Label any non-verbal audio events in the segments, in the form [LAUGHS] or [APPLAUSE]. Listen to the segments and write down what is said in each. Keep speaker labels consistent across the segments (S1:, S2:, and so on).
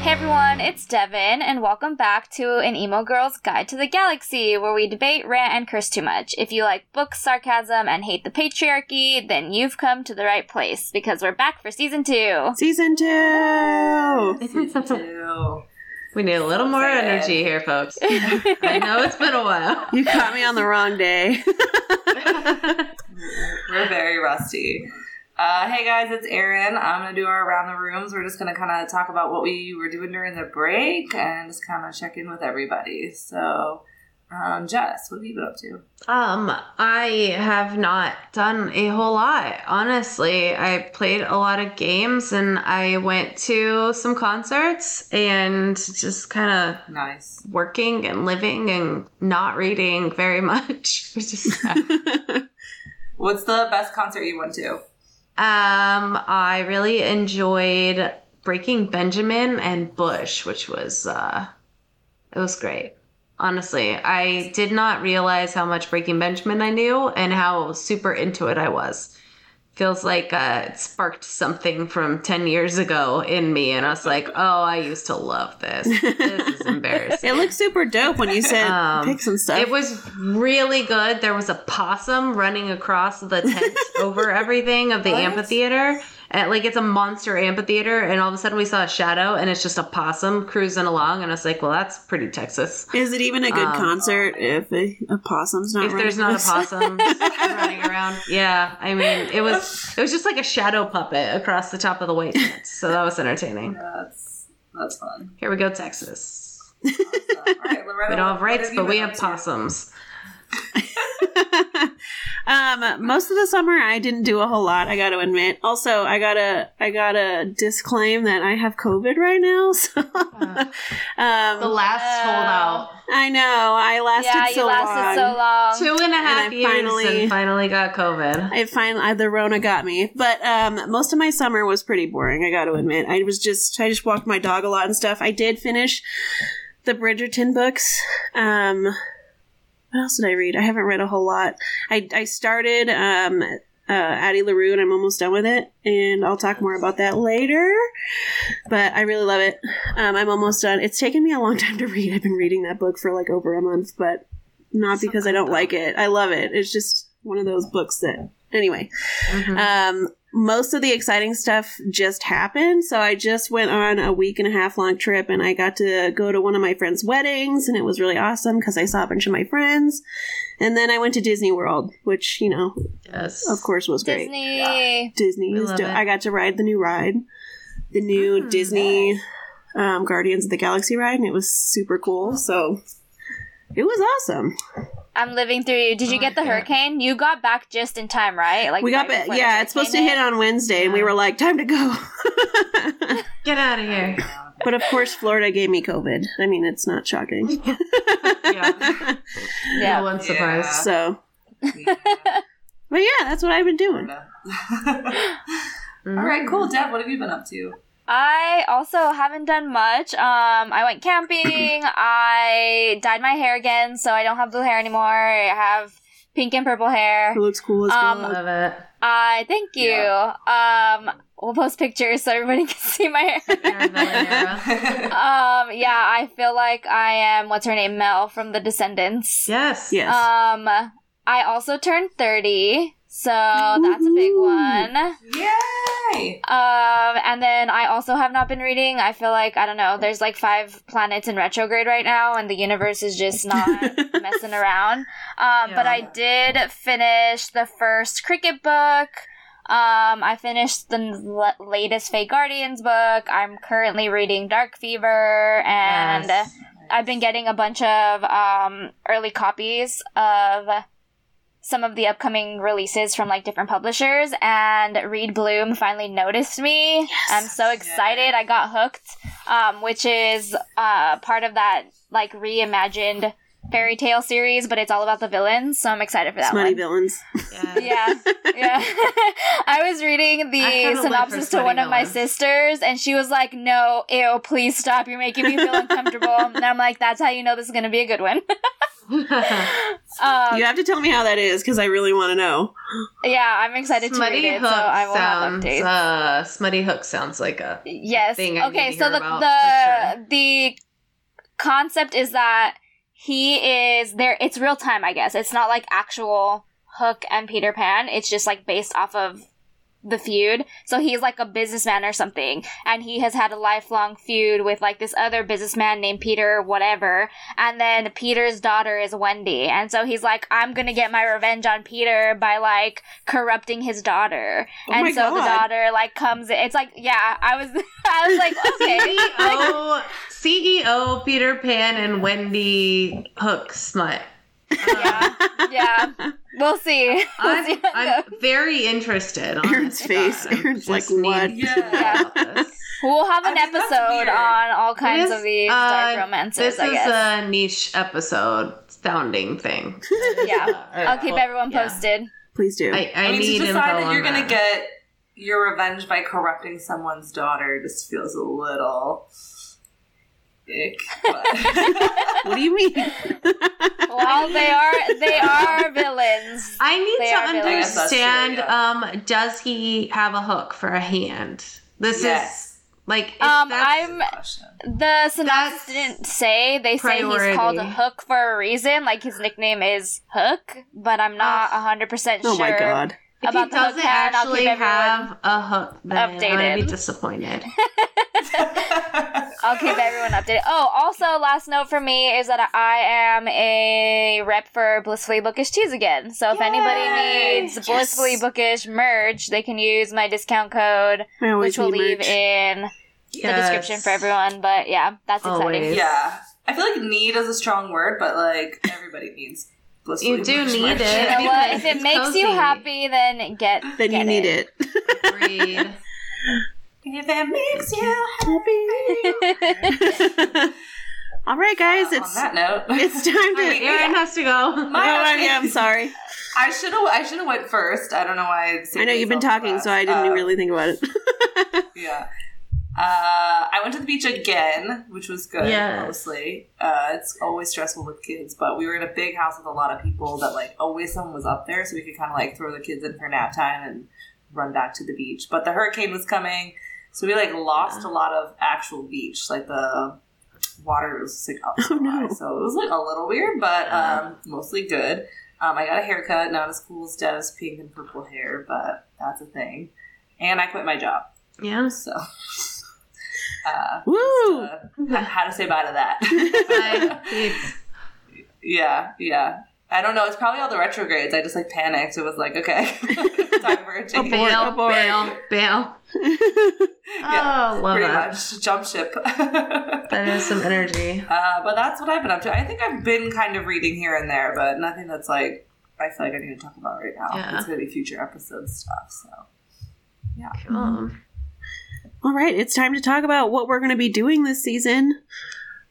S1: Hey everyone, it's Devin, and welcome back to an Emo Girl's Guide to the Galaxy, where we debate, rant, and curse too much. If you like books, sarcasm, and hate the patriarchy, then you've come to the right place, because we're back for season two.
S2: Season two.
S3: Season [LAUGHS] two.
S4: We need a little more energy here, folks. I know it's been a while.
S2: You caught me on the wrong day.
S3: We're very rusty. Uh, hey guys, it's Erin. I'm gonna do our around the rooms. We're just gonna kind of talk about what we were doing during the break and just kind of check in with everybody. So, um, Jess, what have you been up to?
S4: Um, I have not done a whole lot, honestly. I played a lot of games and I went to some concerts and just kind
S3: Nice.
S4: of working and living and not reading very [LAUGHS] much. It was just-
S3: What's the best concert you went to?
S4: um, I really enjoyed Breaking Benjamin and Bush, which was uh, it was great. Honestly, I did not realize how much Breaking Benjamin I knew and how super into it I was. Feels like uh, it sparked something from 10 years ago in me, and I was like, oh, I used to love this. This is
S2: [LAUGHS] [LAUGHS]
S4: embarrassing.
S2: it looks super dope when you said
S4: Um,
S2: pics and stuff.
S4: It was really good. There was a possum running across the
S3: [LAUGHS]
S4: tent over everything of the
S3: What?
S4: amphitheater. And, like it's a monster amphitheater, and all of a sudden we saw a shadow, and it's just a possum cruising along. And I was like, "Well, that's pretty Texas."
S2: Is it even a good
S4: um,
S2: concert if a, a possum's not?
S4: If there's
S2: running
S4: not a
S2: loose?
S4: possum running around, yeah. I mean, it was it was just like a shadow puppet across the top of the white tent, so that was entertaining.
S3: That's that's fun.
S4: Here we go, Texas.
S3: Awesome. [LAUGHS] All right, Loretta,
S4: We don't have
S3: what
S4: rights,
S3: you
S4: but we
S3: been
S4: have
S3: up to? [LAUGHS]
S4: possums.
S2: um, most of the summer I didn't do a whole lot. I got to admit. Also, I gotta I gotta disclaim that I have COVID right now. [LAUGHS] So,
S4: The
S2: um,
S4: last
S1: Wow.
S4: holdout.
S2: I know I lasted
S1: yeah,
S2: so
S1: you lasted
S2: long.
S1: so long.
S4: Two Um, and a half
S2: I
S4: years
S2: finally-
S4: and finally got COVID.
S2: I finally the Rona got me, but um, most of my summer was pretty boring. I got to admit, I was just I just walked my dog a lot and stuff. I did finish the Bridgerton books. Um, what else did I read? I haven't read a whole lot. I I started um, uh, Addie LaRue and I'm almost done with it, and I'll talk more about that later. But I really love it. Um, I'm almost done. It's taken me a long [LAUGHS] time to read. I've been reading that book for like over a month, but not
S4: So
S2: because I
S4: good,
S2: don't
S4: though.
S2: like it. I love it. It's just one of those books that anyway
S4: Mhm.
S2: um, most of the exciting stuff just happened. So I just went on a week and a half long trip and I got to go to one of my friends' weddings and it was really awesome because I saw a bunch of my friends. And then I went to Disney World, which, you know,
S4: yes.
S2: of course was great.
S1: Disney.
S2: Disney
S4: We
S2: is
S4: love
S2: dope.
S4: it.
S2: I got to ride the new ride, the new
S4: Mm,
S2: Disney um, Guardians of the Galaxy ride, and it was super cool. So it was awesome.
S1: I'm living through you. Did you
S4: Oh
S1: get
S4: my
S1: the
S4: God.
S1: hurricane? You got back just in time, right? Like
S2: we
S1: right
S2: got, ba-
S1: before the
S2: yeah, it's supposed to
S1: hurricane
S2: hit on Wednesday, and we
S4: Yeah.
S2: were like, time to go. [LAUGHS]
S4: Get out
S3: [LAUGHS]
S4: of here.
S2: But of course, Florida gave me COVID. I mean, it's not shocking.
S4: Yeah.
S1: Yeah.
S4: No one's surprised.
S2: so,
S3: Yeah,
S2: but yeah, that's what I've been doing.
S3: Loretta. [LAUGHS]
S4: Mm-hmm.
S3: All right, cool. Deb, what have you been up to?
S1: I also haven't done much. Um, I went
S2: [CLEARS THROAT]
S1: camping. I dyed my hair again, so I don't have blue hair anymore. I have pink and purple hair.
S2: It looks cool as
S1: Um,
S2: well.
S4: Love it.
S1: I thank you. Um, we'll post pictures so everybody [LAUGHS] can see my hair.
S3: [LAUGHS]
S4: Aaron Valera.
S1: um, yeah, I feel like I am what's her name, Mel from The Descendants.
S4: Yes.
S2: Yes.
S1: Um, I also turned thirty, so that's a big
S2: Woohoo.
S1: one.
S3: Yay!
S1: Um, and then I also have not been reading. I feel like I don't know. There's like five planets in retrograde right now, and the universe is
S4: [LAUGHS]
S1: just not messing around. Um, but
S4: Yeah.
S1: I did finish the first cricket book. Um, I finished the n- la- latest Fake Guardians book. I'm currently reading Dark Fever, and uh,
S4: Yes.
S1: I've been getting a bunch of um, early copies of some of the upcoming releases from like different publishers and reed bloom finally noticed me i'm so excited i got hooked um, which is uh, part of that like reimagined fairy tale series but it's all about the villains so i'm excited for that
S2: Smutty
S1: one
S2: villains.
S4: Yes.
S1: [LAUGHS] yeah yeah i was reading
S4: I
S1: the
S4: kinda live for
S1: synopsis to
S4: smutty
S1: one of my
S4: villains.
S1: sisters and she was like
S4: [LAUGHS]
S1: no ew please stop you're making me feel uncomfortable and i'm like that's how you know this is going to be a good one [LAUGHS] Um,
S2: you have to tell me how that is because I really want to know.
S1: yeah, I'm excited to read
S4: Smutty
S1: it,
S4: Hook
S1: so I will have
S4: sounds.
S1: updates.
S4: Uh, Smutty Hook sounds like a.
S1: yes.
S4: thing I
S1: okay,
S4: need to
S1: so
S4: hear
S1: the
S4: about,
S1: the
S4: for
S1: the concept is that he is there. It's real time, I guess. It's not like actual Hook and Peter Pan. It's just like based off of the feud. So he's like a businessman or something, and he has had a lifelong feud with like this other businessman named Peter, whatever. And then Peter's daughter is Wendy, and so he's like, I'm gonna get my revenge on Peter by like corrupting his daughter.
S2: Oh
S1: and
S2: my
S1: so the
S2: God.
S1: daughter like comes. It's like, yeah, I was, [LAUGHS] I was like, okay, like,
S4: CEO, CEO E Peter Pan and Wendy Hook Smut.
S1: yeah, yeah, we'll see. [LAUGHS] We'll see how
S4: I'm,
S1: it
S4: I'm
S1: goes.
S4: very interested.
S1: Oh
S2: Aaron's face. [LAUGHS] Aaron's like, what?
S3: Yeah.
S1: We'll have
S3: I
S1: an
S3: mean, that's
S1: episode
S3: weird.
S1: on all kinds
S4: is,
S1: of these
S4: uh,
S1: dark romances.
S4: This
S1: I
S4: is uh,
S1: guess.
S4: a niche episode sounding thing.
S3: [LAUGHS]
S1: yeah, I'll keep everyone
S4: Yeah.
S1: posted.
S2: [LAUGHS] Please do.
S4: I, I,
S3: I mean,
S4: need
S3: to
S4: info
S3: decide that
S4: on
S3: you're going to
S4: that.
S3: get your revenge by corrupting someone's daughter just feels a little. Ick, but- [LAUGHS]
S2: what do you mean?
S1: [LAUGHS]
S2: [LAUGHS]
S1: Well, they are they are villains.
S4: I need
S1: They
S4: to
S1: are villains.
S4: understand.
S3: That's true, yeah.
S4: Um, does he have a hook for a hand? [LAUGHS] This is
S3: yes.
S4: like if
S1: Um,
S4: that's-
S1: I'm
S3: Question.
S1: the synopsis
S4: That's
S1: didn't say. They say he's called
S4: priority.
S1: Hook for a reason. Like his nickname is Hook, but I'm not
S4: Ah.
S1: hundred percent sure.
S2: Oh my god.
S4: if
S1: about
S4: he
S1: the hook
S4: doesn't
S1: hand, I'll keep
S4: actually
S1: everyone
S4: have a hook, then I'm gonna be
S1: updated.
S4: disappointed.
S3: [LAUGHS]
S1: I'll keep everyone updated. Oh, also, last note for me is that I am a rep for Blissfully Bookish Tees again. So if
S3: Yay!
S1: anybody needs Blissfully Bookish merch, they can use my discount code,
S2: I always
S1: which we'll
S2: need
S1: leave
S2: Oh, merch.
S1: in [LAUGHS] the description for everyone. But yeah, that's exciting.
S4: Always.
S3: yeah. I feel like need is a strong word, but like everybody needs. blissfully
S4: You do
S3: rich
S4: need
S3: merch.
S4: it.
S1: You know what? If it
S4: It's
S1: makes you
S4: cozy.
S1: happy, then get
S2: Then you
S1: get
S2: need it.
S1: [LAUGHS]
S4: Agreed.
S3: If it makes you
S2: [LAUGHS] All right, guys.
S3: happy. On
S2: It's
S3: that note,
S2: it's
S3: [LAUGHS]
S2: time
S4: Alright,
S2: to.
S4: Aaron has to go.
S2: Oh,
S3: My
S2: I-
S3: husband-
S2: yeah, I'm
S3: [LAUGHS]
S2: sorry.
S3: I should have. I should have went first. I don't know why. I, Um,
S2: I know you've been talking, so I didn't really
S3: really.
S2: think
S3: [LAUGHS]
S2: about it.
S3: Yeah. Uh, I went to the beach again, which was good.
S4: Yes.
S3: Mostly, uh, it's always stressful with kids, but we were in a big house with a lot of people. That like always someone was up there, so we could kind of like throw the kids in for nap time and run back to the beach. But the hurricane was coming, so we like lost a lot of actual beach. Like the water was like up
S2: [LAUGHS]
S3: so
S2: Oh, no.
S3: high, so it was like a little weird, but um, mostly good. Um, I got a haircut, not as cool as Dev's pink and purple hair, but that's a thing. And I quit my job.
S4: [LAUGHS] Yeah.
S3: So, uh,
S2: Woo!
S3: uh,
S1: [LAUGHS]
S3: h- how to say bye to
S4: Bye.
S3: that?
S4: Peace.
S3: [LAUGHS] yeah, yeah. I don't know. It's probably all the retrogrades. I just like panicked. It was like, okay, [LAUGHS] time for a
S2: boy.
S3: change.
S4: Bail,
S2: abort.
S4: bail,
S1: [LAUGHS]
S4: bail.
S3: Yeah,
S4: oh, love
S3: Pretty
S4: that.
S3: much jump ship. uh,
S4: [LAUGHS] That is some energy.
S3: but that's what I've been up to. I think I've been kind of reading here and there, but nothing that's like I feel like I need to talk about right now.
S4: Yeah.
S3: It's gonna be future episode stuff. So
S4: Cool.
S2: All right, it's time to talk about what we're going to be doing this season.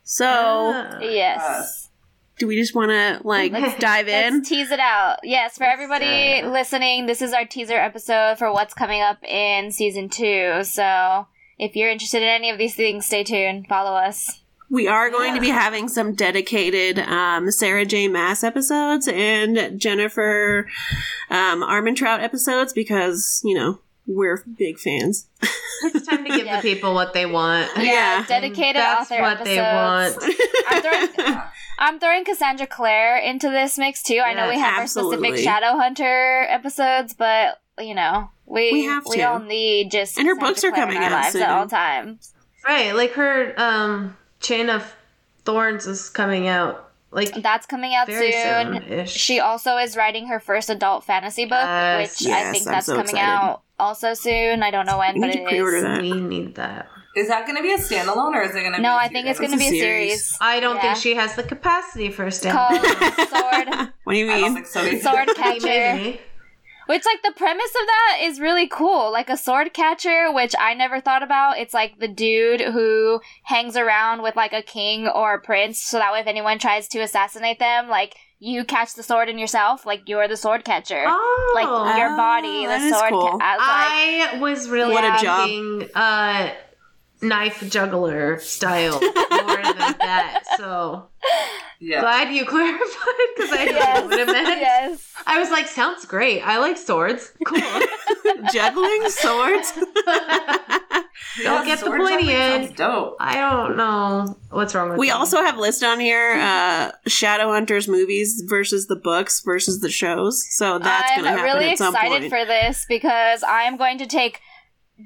S2: So,
S4: Ah.
S1: [LAUGHS] Yes.
S2: do we just want to like [LAUGHS]
S4: Let's-
S2: dive in?
S1: Let's tease it out. Yes, for
S4: Let's,
S1: everybody
S4: uh,
S1: listening, this is our teaser episode for what's coming up in season two. So if you're interested in any of these things, stay tuned. Follow us.
S2: We are going to be having some dedicated um, Sarah J. Mass episodes and Jennifer um, Armentrout episodes because you know we're big fans. [LAUGHS]
S4: It's time to [LAUGHS] give
S1: Yep.
S4: the people what
S1: [LAUGHS]
S4: they want.
S2: Yeah.
S1: dedicated
S4: That's
S1: author
S4: what they
S1: episodes. [LAUGHS]
S4: want.
S1: I'm throwing,
S2: [LAUGHS]
S1: I'm throwing Cassandra Clare into this mix too. I know we
S4: Yes,
S1: have our
S2: absolutely.
S1: specific Shadow Hunter episodes, but you know we
S2: We have to.
S1: all need just
S2: And her
S1: Cassandra
S2: books are
S1: Clare in
S2: coming
S1: our
S2: out
S1: lives
S2: soon.
S1: at all times.
S4: Right, like her um chain of thorns is coming out like
S1: That's coming out
S4: very
S1: soon.
S4: soon ish.
S1: She also is writing her first adult fantasy book,
S4: Yes.
S1: which I
S2: Yes,
S1: think
S2: I'm
S1: that's
S2: so
S1: coming
S2: excited.
S1: out also soon. I don't know when,
S2: We
S1: but
S2: need to
S1: it
S2: pre-order
S1: is.
S2: that.
S4: we need that.
S3: is that gonna be a standalone or is it gonna? be
S1: No,
S3: a
S1: I think
S3: few
S1: it's going to
S2: It's
S1: be
S2: a
S1: a
S2: series.
S1: series.
S4: I don't
S1: Yeah.
S4: think she has the capacity for a stand.
S1: called
S2: [LAUGHS]
S1: Sword
S2: What do you
S3: I don't
S2: mean?
S3: think
S1: [LAUGHS]
S3: so. either.
S1: Sword Catcher.
S4: [LAUGHS] Maybe.
S1: Which like the premise of that is really cool. Like a sword catcher, which I never thought about. It's like the dude who hangs around with like a king or a prince, so that way if anyone tries to assassinate them, like you catch the sword in yourself, like you're the sword catcher.
S4: Oh,
S1: Like your body,
S2: Oh,
S1: the
S2: that is
S1: sword. Ca-
S2: cool.
S1: I was like,
S4: I was really
S2: What a job.
S4: thinking uh knife juggler style more than that. So
S3: Yeah.
S4: glad you [LAUGHS] clarified because I didn't
S2: [LAUGHS]
S4: know
S1: Yes.
S4: what it meant.
S1: yes.
S4: I was like, sounds great. I like swords. [LAUGHS] Cool.
S1: [LAUGHS]
S2: Juggling swords.
S4: Don't get the
S3: sword
S4: pointy
S3: juggling
S4: end.
S3: sounds Dope.
S4: I don't know what's wrong with
S2: we
S4: me.
S2: also have listed on here uh, Shadowhunters movies versus the books versus the shows. So that's
S1: I'm
S2: going to happen
S1: really
S2: at some
S1: excited
S2: point.
S1: for this because I'm going to take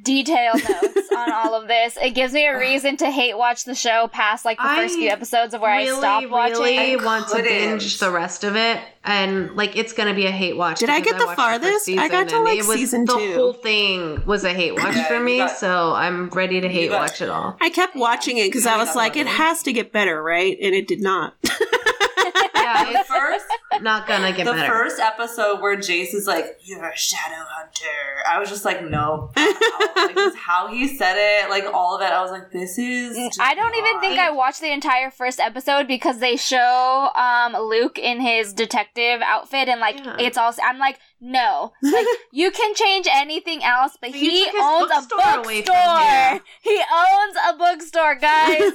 S1: detailed
S2: [LAUGHS]
S1: notes on all of this. It gives me a reason to hate watch the show past like the first
S4: I
S1: few episodes of where I stopped watching.
S4: Really
S3: I
S4: want to
S3: couldn't.
S4: binge the rest of it, and like it's gonna be a hate watch.
S2: Did I
S4: because
S2: get the
S4: watched first
S2: farthest? I got to,
S4: and
S2: like,
S4: it was,
S2: season
S4: the
S2: two.
S4: whole thing was a hate watch
S3: Yeah,
S4: for
S3: you
S4: me,
S3: got-
S4: so I'm ready to hate
S3: got-
S4: watch it all.
S2: I kept watching it because I was like, it has to get better, right? And it did not.
S3: [LAUGHS]
S4: Yeah,
S3: The first,
S4: it's not gonna get
S3: the
S4: better.
S3: first episode where Jace is like, "You're a shadow hunter," I was just like, "No." like, just how he said it, like all of it, I was like, "This is." just
S1: Mm, I don't even
S3: not-
S1: think I watched the entire first episode because they show um, Luke in his detective outfit and like
S4: Yeah.
S1: it's all. I'm like, no, like
S4: [LAUGHS]
S1: you can change anything else, but
S4: But you
S1: he
S4: took his
S1: owns a
S4: bookstore away from
S1: bookstore.
S4: him.
S1: He owns a bookstore,
S2: [LAUGHS]
S4: [LAUGHS]
S1: guys.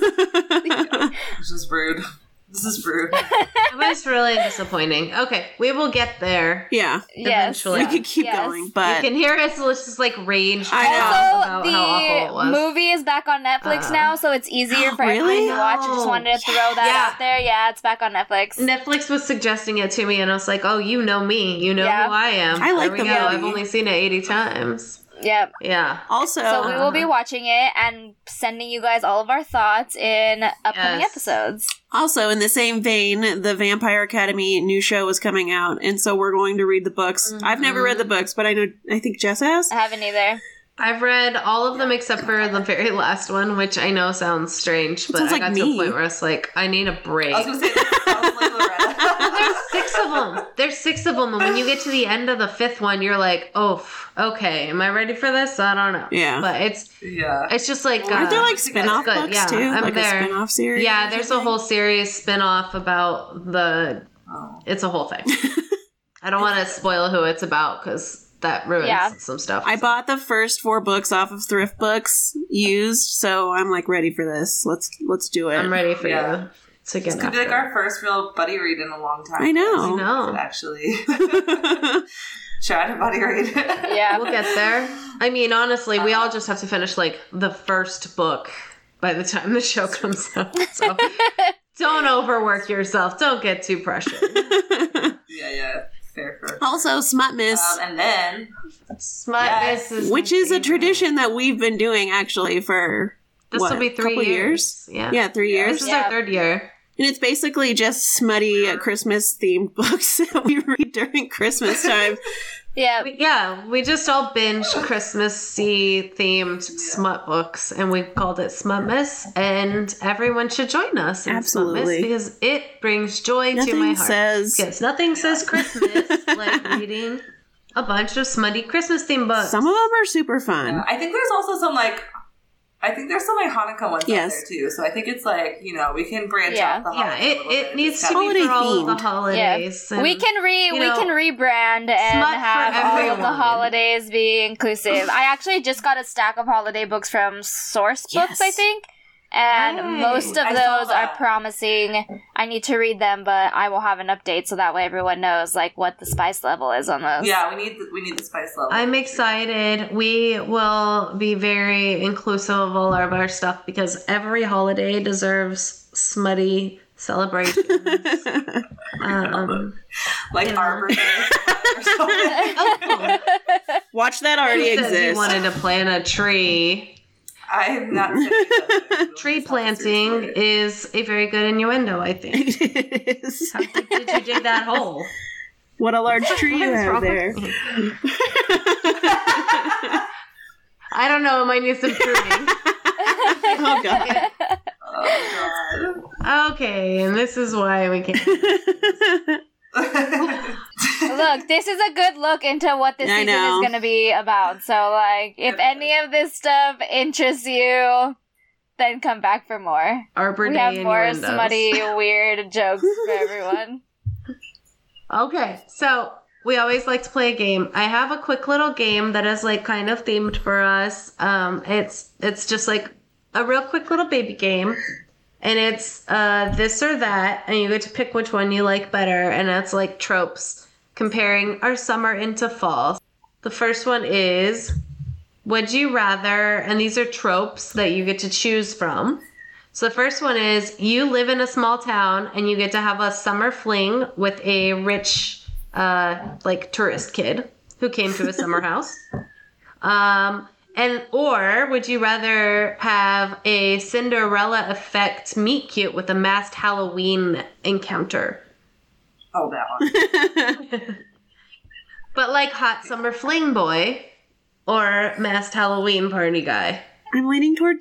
S3: This is rude. [LAUGHS] This is rude.
S4: It was really disappointing. Okay, we will get there.
S2: yeah.
S1: yes,
S4: Eventually.
S2: We could keep
S1: Yes.
S2: going, but
S4: you can hear us let's just like rage
S2: I know.
S4: about
S1: Also,
S4: how awful it
S1: the
S4: was.
S1: movie is back on Netflix
S4: Uh,
S1: now, so it's
S4: [GASPS]
S1: easier for everyone
S2: Really?
S1: to watch. I just wanted to throw that
S4: Yeah.
S1: out there. Yeah, it's back on Netflix.
S4: Netflix was suggesting it to me, and I was like, "Oh, you know me. You know
S1: Yeah.
S4: who I am.
S2: I like
S4: there we
S2: the
S4: go.
S2: movie.
S4: I've only seen it eighty times.
S1: Yep.
S4: Yeah,
S2: also,
S1: So we will be watching it and sending you guys all of our thoughts in upcoming
S4: Yes.
S1: episodes.
S2: also in the same vein, the Vampire Academy new show is coming out, and so we're going to read the books. I've never
S1: Mm-hmm.
S4: Mhm.
S2: read the books, but I know I think Jess has.
S1: I haven't either.
S4: I've read all of them except for the very [LAUGHS] last one, which I know sounds strange, but
S2: sounds
S4: I
S2: like
S4: got to
S2: me.
S4: a point where I was like, "I need a break."
S3: I was gonna say, this sounds like Loretta.
S4: There's [LAUGHS] six of them. There's six of them, and when you get to the end of the fifth one, you're like, "Oh, f- okay. Am I ready for this? I don't know."
S2: Yeah.
S4: but it's
S3: yeah.
S4: it's just like
S3: Aren't
S2: Aren't there like
S3: That's
S2: spin off
S4: good,
S2: books
S4: yeah,
S2: too?
S4: I'm
S2: like
S4: there.
S2: a spin off series?
S4: yeah, there's a whole series spin-off about the
S3: Oh.
S4: it's a whole [LAUGHS] thing. I don't want to spoil who it's about because that ruins
S1: Yeah.
S4: some stuff.
S2: I bought the first four books off of Thrift Books used, so I'm like ready for this. Let's let's do it.
S4: I'm ready for
S3: Yeah.
S4: you to get
S3: This could be
S4: after
S3: like
S4: it.
S3: our first real buddy read in a long time.
S2: I know.
S4: No.
S3: Actually. [LAUGHS] Shout out to buddy read.
S1: Yeah.
S4: We'll get
S2: [LAUGHS]
S4: there. I mean, honestly, we all just have to finish like the first book by the time the show [LAUGHS] comes out. So don't overwork yourself. Don't get too pressured.
S3: yeah, yeah. Fair, fair.
S2: also, Smut Miss.
S3: Um, and then
S4: Smut
S3: Yes.
S4: this Oh, is
S2: which is a tradition that we've been doing actually for
S4: This
S2: what,
S4: will be three
S2: couple
S4: years. Yeah.
S2: Yeah, three
S3: Yeah.
S2: years.
S4: This is
S1: Yeah.
S4: our third year.
S2: And it's basically just smutty uh, Christmas themed [LAUGHS] books that we read during
S4: [LAUGHS]
S2: Christmas time.
S1: Yeah.
S4: We- yeah, we just all binge Christmassy themed smut books, and we called it Smutmas. And everyone should join us in
S2: Absolutely.
S4: Smutmas because it brings joy to my
S2: Nothing
S4: heart.
S2: says
S4: Yes, nothing says Christmas
S2: [LAUGHS]
S4: like reading a bunch of smutty Christmas themed books.
S2: some of them are super fun.
S3: uh, I think there's also some like I think there's some like Hanukkah ones
S2: Yes.
S3: out there too. So I think it's like, you know, we can branch
S1: Yeah.
S3: out the
S4: yeah,
S3: holiday a
S4: it,
S3: little bit.
S4: it needs to
S2: Holiday
S4: be for all of the
S2: themed.
S4: holidays. and-
S1: we can re
S4: you
S1: we
S4: know,
S1: can rebrand and
S4: smut for
S1: have all of the
S4: everyone.
S1: holidays be inclusive. I actually just got a stack of holiday books from Source Books,
S2: Yes.
S1: I think. And
S4: Nice.
S1: most of
S3: I saw
S1: those are
S3: that.
S1: promising. I need to read them, but I will have an update so that way everyone knows like what the spice level is on those.
S3: Yeah, we need the, we need the spice level.
S4: I'm excited. We will be very inclusive of all of our stuff because every holiday deserves smutty celebrations. um,
S3: like
S4: you know.
S3: Arbor Day
S2: [LAUGHS]
S3: or something.
S2: [LAUGHS] Watch that already
S4: who said
S2: exists.
S4: You wanted to plant a tree.
S3: I have not said it.
S4: [LAUGHS] Tree planting is a very good innuendo,
S2: [LAUGHS]
S4: I think.
S2: It is.
S4: How deep did you dig that hole?
S2: What a large [LAUGHS] tree you
S4: What is
S2: have
S4: wrong
S2: there.
S4: with me? I don't know. It might need
S2: [LAUGHS]
S4: some pruning.
S2: [LAUGHS] Oh god.
S3: Oh
S4: okay, and this is why we can't.
S3: god.
S1: [LAUGHS]
S3: [LAUGHS]
S1: look, this is a good look into what this
S2: I
S1: season
S2: know.
S1: is going to be about. So, like, if any of this stuff interests you, then come back for more.
S4: Arbor
S1: we
S4: Day
S1: have more
S4: innuendos.
S1: smutty, weird jokes
S4: [LAUGHS]
S1: for everyone.
S4: Okay, so we always like to play a game. I have a quick little game that is like kind of themed for us. Um, it's it's just like a real quick little baby game. And it's uh, this or that, and you get to pick which one you like better. And that's like tropes comparing our summer into fall. The first one is Would you rather? And these are tropes that you get to choose from. So the first one is you live in a small town and you get to have a summer fling with a rich, uh, like tourist kid who came to a
S1: [LAUGHS]
S4: summer house. Um, and or would you rather have a Cinderella effect meet cute with a masked Halloween encounter?
S3: Oh, that
S4: [LAUGHS]
S3: one.
S4: But like hot summer fling boy or masked Halloween party guy?
S2: [LAUGHS] I'm leaning toward.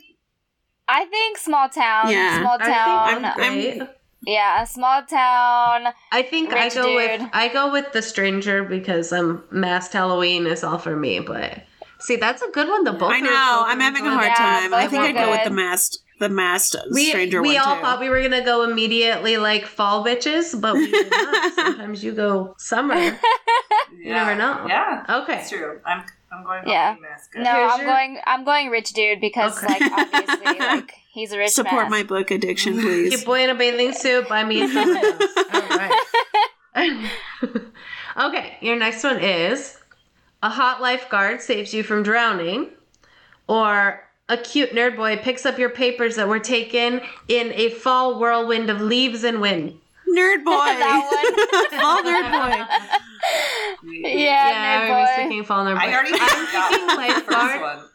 S1: I think small town.
S2: Yeah,
S1: Small
S4: I think
S1: town.
S2: I'm-
S4: Great.
S1: yeah, small town.
S4: I think I
S1: Rich
S4: go with
S1: dude.
S4: I go with the stranger because um masked Halloween is all for me, but see that's a good one. The both
S2: I
S4: are
S2: know.
S4: both
S2: I'm
S4: are
S2: having a
S4: good.
S2: hard
S1: Yeah,
S2: time. I
S1: both
S2: think
S1: were
S2: I'd go with
S1: good.
S2: the masked, the masked
S4: We,
S2: stranger
S4: we
S2: one
S4: all
S2: too.
S4: thought we were gonna go immediately like fall bitches, but we did
S2: [LAUGHS]
S4: not. sometimes you go summer.
S3: You
S4: never know.
S3: Yeah,
S4: Okay.
S3: that's true. I'm I'm going.
S1: Yeah.
S3: Yeah. Mask.
S1: No,
S4: Here's
S1: I'm
S4: your-
S1: going. I'm going rich dude because
S4: Okay.
S1: like
S4: [LAUGHS]
S1: obviously like he's a rich
S2: Support
S1: man.
S2: my book addiction,
S4: Keep
S2: please.
S4: boy in a bathing suit, buy me a summer house. All right. [LAUGHS] okay, your next one is a hot lifeguard saves you from drowning, or a cute nerd boy picks up your papers that were taken in a fall whirlwind of leaves and wind.
S1: [LAUGHS]
S2: Nerd boy. [LAUGHS]
S1: that one.
S2: Fall nerd boy.
S1: [LAUGHS] Yeah,
S4: yeah, I was
S1: nerd boy.
S4: thinking fall nerd boy.
S3: I already
S4: I'm thinking
S3: forgot the first
S4: lifeguard.
S3: one.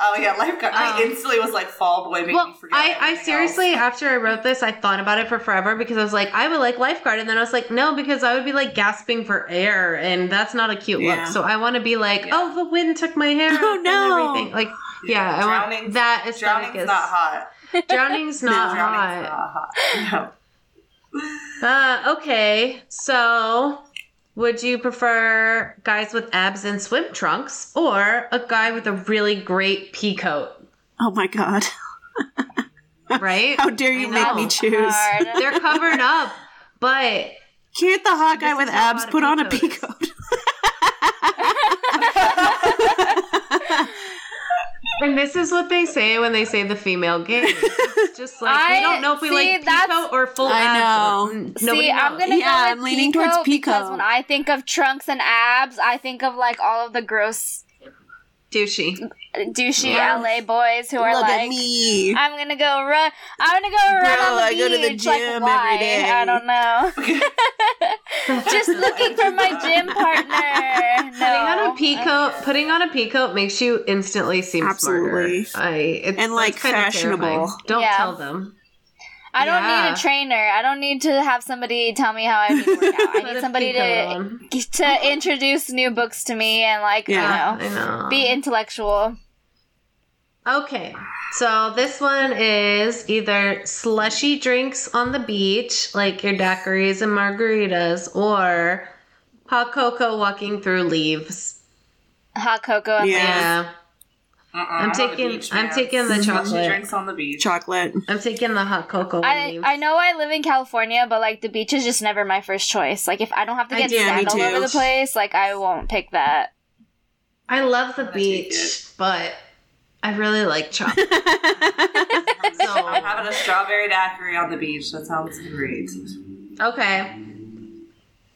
S3: Oh yeah, lifeguard. I
S4: Um,
S3: instantly was like fall boy. Made me
S4: Well,
S3: forget
S4: I, I
S3: everything
S4: seriously, after I wrote this, I thought about it for forever because I was like, I would like lifeguard. And then I was like, no, because I would be like gasping for air and that's not a cute
S2: Yeah.
S4: look. So I want to be like,
S3: Yeah.
S4: oh, the wind took my hair.
S2: Oh,
S4: off and
S2: no.
S4: everything. Like,
S3: else.
S4: yeah, I want
S3: Drowning's-
S4: that aesthetic
S3: Drowning's
S4: is.
S3: not hot.
S4: [LAUGHS]
S3: [LAUGHS]
S4: Drowning's not
S3: Drowning's
S4: hot.
S3: not hot. [LAUGHS]
S4: Uh, okay, so would you prefer guys with abs and swim trunks or a guy with a really great pea coat?
S2: Oh my god.
S4: Right?
S2: [LAUGHS] How dare
S4: I
S2: you make me
S4: know.
S2: choose?
S1: Oh,
S4: [LAUGHS]
S1: Hard.
S2: [LAUGHS]
S4: They're covered up, but
S2: Can't the hot guy
S4: This
S2: with
S4: is how
S2: abs
S4: hot a
S2: put on a
S4: pea
S2: pea
S4: coat
S2: coat?
S4: And this is what they say when they say the female gaze.
S1: [LAUGHS]
S4: It's just like we
S1: I-
S4: don't know if we
S1: see,
S4: like
S1: that's-
S4: peacoat or full
S2: I
S4: abs.
S2: know.
S4: Mm, nobody
S1: See, I'm
S4: knows.
S1: gonna
S2: Yeah,
S1: go with
S2: I'm leaning
S1: Pico
S2: towards Pico.
S1: because when I think of trunks and abs, I think of like all of the gross
S4: douchey.
S1: douchey
S4: Yeah.
S1: LA boys who are
S2: Look
S1: like,
S2: at me.
S1: I'm gonna go run. I'm gonna go run
S2: Bro,
S1: on the
S2: I go to the
S1: beach.
S2: gym
S1: like,
S2: every
S1: why?
S2: day.
S1: I don't
S2: [LAUGHS]
S1: know. Just looking for my gym partner. No.
S4: [LAUGHS] Putting on a peacoat, putting on a peacoat makes you instantly seem
S2: Absolutely.
S4: smarter. I it's,
S2: And, like,
S4: it's kinda
S2: fashionable.
S4: terrifying. Don't
S1: Yeah.
S4: tell them.
S1: I don't need
S4: Yeah.
S1: a trainer. I don't need to have somebody tell me how I need to work out. I
S4: Put
S1: need
S4: a
S1: somebody
S4: peacoat
S1: to
S4: on.
S1: to introduce new books to me and like
S2: Yeah.
S1: you know
S4: I know.
S1: be intellectual.
S4: Okay, so this one is either slushy drinks on the beach, like your daiquiris and margaritas, or hot cocoa walking through leaves.
S1: Hot cocoa and
S2: Yeah.
S4: Yeah,
S3: Uh-uh,
S4: I'm
S3: on the
S4: taking-
S3: beach,
S4: I'm
S3: man.
S4: taking the
S3: Slushy
S4: chocolate.
S3: drinks on the beach.
S2: Chocolate.
S4: I'm taking the hot cocoa. on
S1: I,
S4: leaves.
S1: I know I live in California, but like the beach is just never my first choice. Like if I don't have to
S4: I
S1: get
S4: do, me
S1: sand all
S2: too.
S1: over the place, like I won't pick that.
S4: I love the
S3: gonna take
S4: beach,
S3: it.
S4: but I really
S1: [LAUGHS]
S4: like chocolate.
S3: I'm
S4: so
S3: having a strawberry daiquiri on the beach. That sounds great.
S4: okay,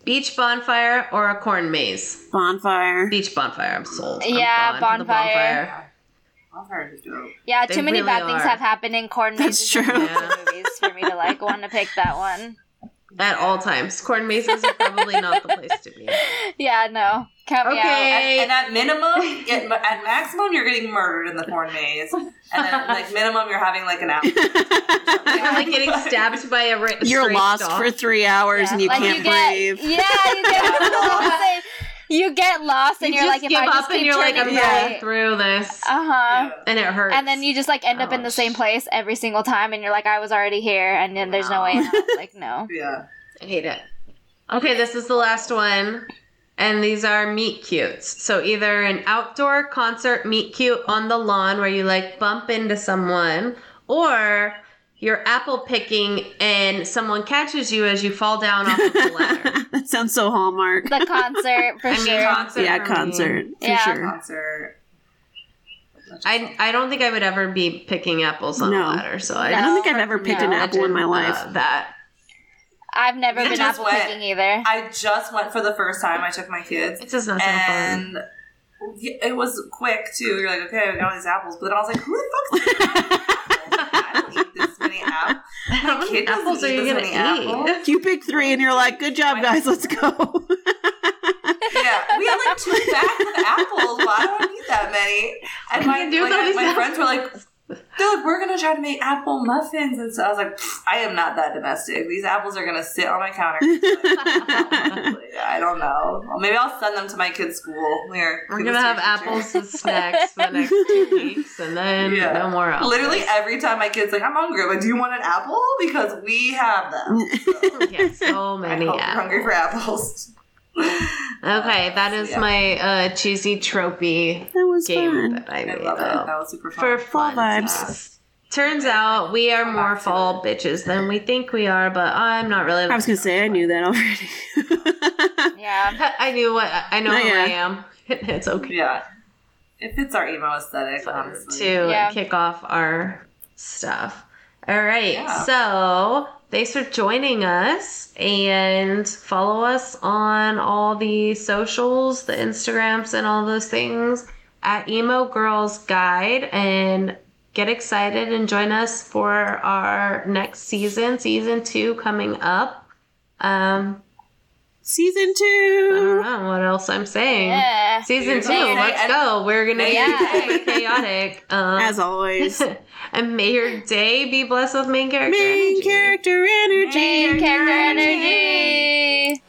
S4: beach bonfire or a corn maze. [LAUGHS]
S2: Bonfire. [LAUGHS]
S4: Beach bonfire. I'm sold. I'm
S1: Yeah,
S4: gone to the
S1: bonfire.
S3: I've heard it dope.
S1: Yeah,
S4: They
S1: too many
S4: really
S1: bad things
S4: are.
S1: have happened in corn
S2: That's
S1: mazes
S2: true.
S1: and roads
S4: Yeah.
S1: in movies for me to like want to pick that one.
S4: [LAUGHS] At all times, corn mazes are probably not the place to be.
S1: Yeah, no, count me out.
S4: Okay.
S3: And at minimum, get, at maximum, you're getting murdered in the corn maze, and then
S4: [LAUGHS]
S3: like minimum, you're having like an hour.
S4: You're like
S1: [LAUGHS]
S4: getting stabbed by a ri-
S2: You're
S4: stray
S2: lost
S4: dog.
S2: for three hours
S1: Yeah,
S2: and you
S1: like,
S2: can't
S1: get,
S2: breathe.
S1: [LAUGHS] Yeah, you get
S2: [LAUGHS]
S1: lost. you get lost, and
S4: You
S1: are
S4: just
S1: like, if
S4: give
S1: I
S4: up
S1: just
S4: and
S1: keep
S4: you're like, I'm
S1: turning
S4: going
S1: right,
S4: through this,
S1: uh huh.
S3: Yeah.
S4: and it hurts.
S1: And then you just like end up in the
S4: Ouch.
S1: same place every single time, and you're like, I was already here, and then there's no way. out. Like, no.
S3: Yeah.
S4: I hate it. Okay, this is the last one, and these are meet cutes. So either an outdoor concert meet cute on the lawn where you like bump into someone, or you're apple picking and someone catches you as you fall down off
S1: [LAUGHS]
S4: of the ladder.
S2: that sounds so Hallmark.
S4: [LAUGHS]
S1: The concert for
S4: I mean,
S1: sure.
S4: concert.
S2: yeah,
S4: for me.
S2: concert. For
S1: Yeah.
S2: sure.
S3: Concert.
S4: I I don't think I would ever be picking apples on
S2: No.
S4: a ladder. So
S2: I
S4: I,
S2: don't think I've ever picked an
S1: No,
S4: I
S2: apple in my
S4: didn't,
S2: life.
S4: uh, that
S1: I've never
S3: You
S1: been
S3: just
S1: apple
S3: went.
S1: picking either.
S3: I just went for the first time. I took my kids,
S4: it does not sound fun.
S3: and it was quick too. You're like, okay, we got all these apples, but then I was like, who the fuck's [LAUGHS] I don't eat this many apples.
S4: [LAUGHS] How many
S3: kid doesn't
S4: apples are
S3: eat
S4: you
S3: this
S4: gonna
S3: many
S4: eat?
S2: [LAUGHS]
S3: apples.
S4: [LAUGHS]
S2: You pick three and you're like, good job, guys, let's go.
S3: Yeah, we had like two bags of apples. Why do I need that many? And my,
S4: You do
S3: like,
S4: all these
S3: my friends were like, dude, we're gonna try to make apple muffins, and so I was like, "Pfft, I am not that domestic. These apples are gonna sit on my [LAUGHS] counter. I don't know. Well, maybe I'll send them to my kids' school. Here,
S4: We're
S3: be
S4: gonna
S3: the
S4: have
S3: teacher.
S4: [LAUGHS] apples as snacks for the next [LAUGHS] two weeks, and then
S3: Yeah.
S4: no more apples.
S3: Literally every time my kids like, I'm hungry. I'm like, do you want an apple? Because we have them. So,
S4: [LAUGHS] yeah, so
S3: I
S4: many
S3: hope you're hungry
S4: apples.
S3: for apples.
S4: Okay, that is
S3: Yeah.
S4: my uh, cheesy tropey
S2: That was
S4: game
S2: fun.
S4: that I
S3: I
S4: made
S3: love it.
S4: up.
S3: That was super
S4: for
S3: fun.
S4: fun
S2: vibes.
S4: Turns out we are more fall bitches than we think we are, but I'm not really.
S2: I was gonna say I knew that already.
S1: Yeah.
S4: I knew what I know
S2: Oh,
S4: who
S2: yeah.
S4: I am. [LAUGHS] It's okay
S3: Yeah. It fits our emo aesthetic, honestly.
S4: to
S1: Yeah.
S4: kick off our stuff. All right,
S3: Yeah.
S4: so thanks for joining us and follow us on all the socials, the Instagrams, and all those things at Emo Girls Guide and get excited and join us for our next season, season two coming up. Um,
S2: [LAUGHS] Season
S4: I don't
S2: two.
S4: know what else I'm saying.
S1: Yeah.
S4: Season two,
S3: May-
S4: let's
S3: and-
S4: go. We're gonna be
S1: Yeah.
S4: super [LAUGHS] chaotic. Um,
S2: As always.
S4: and may your day be blessed with [LAUGHS] main character
S2: Main
S4: energy.
S2: character energy.
S1: Main character energy.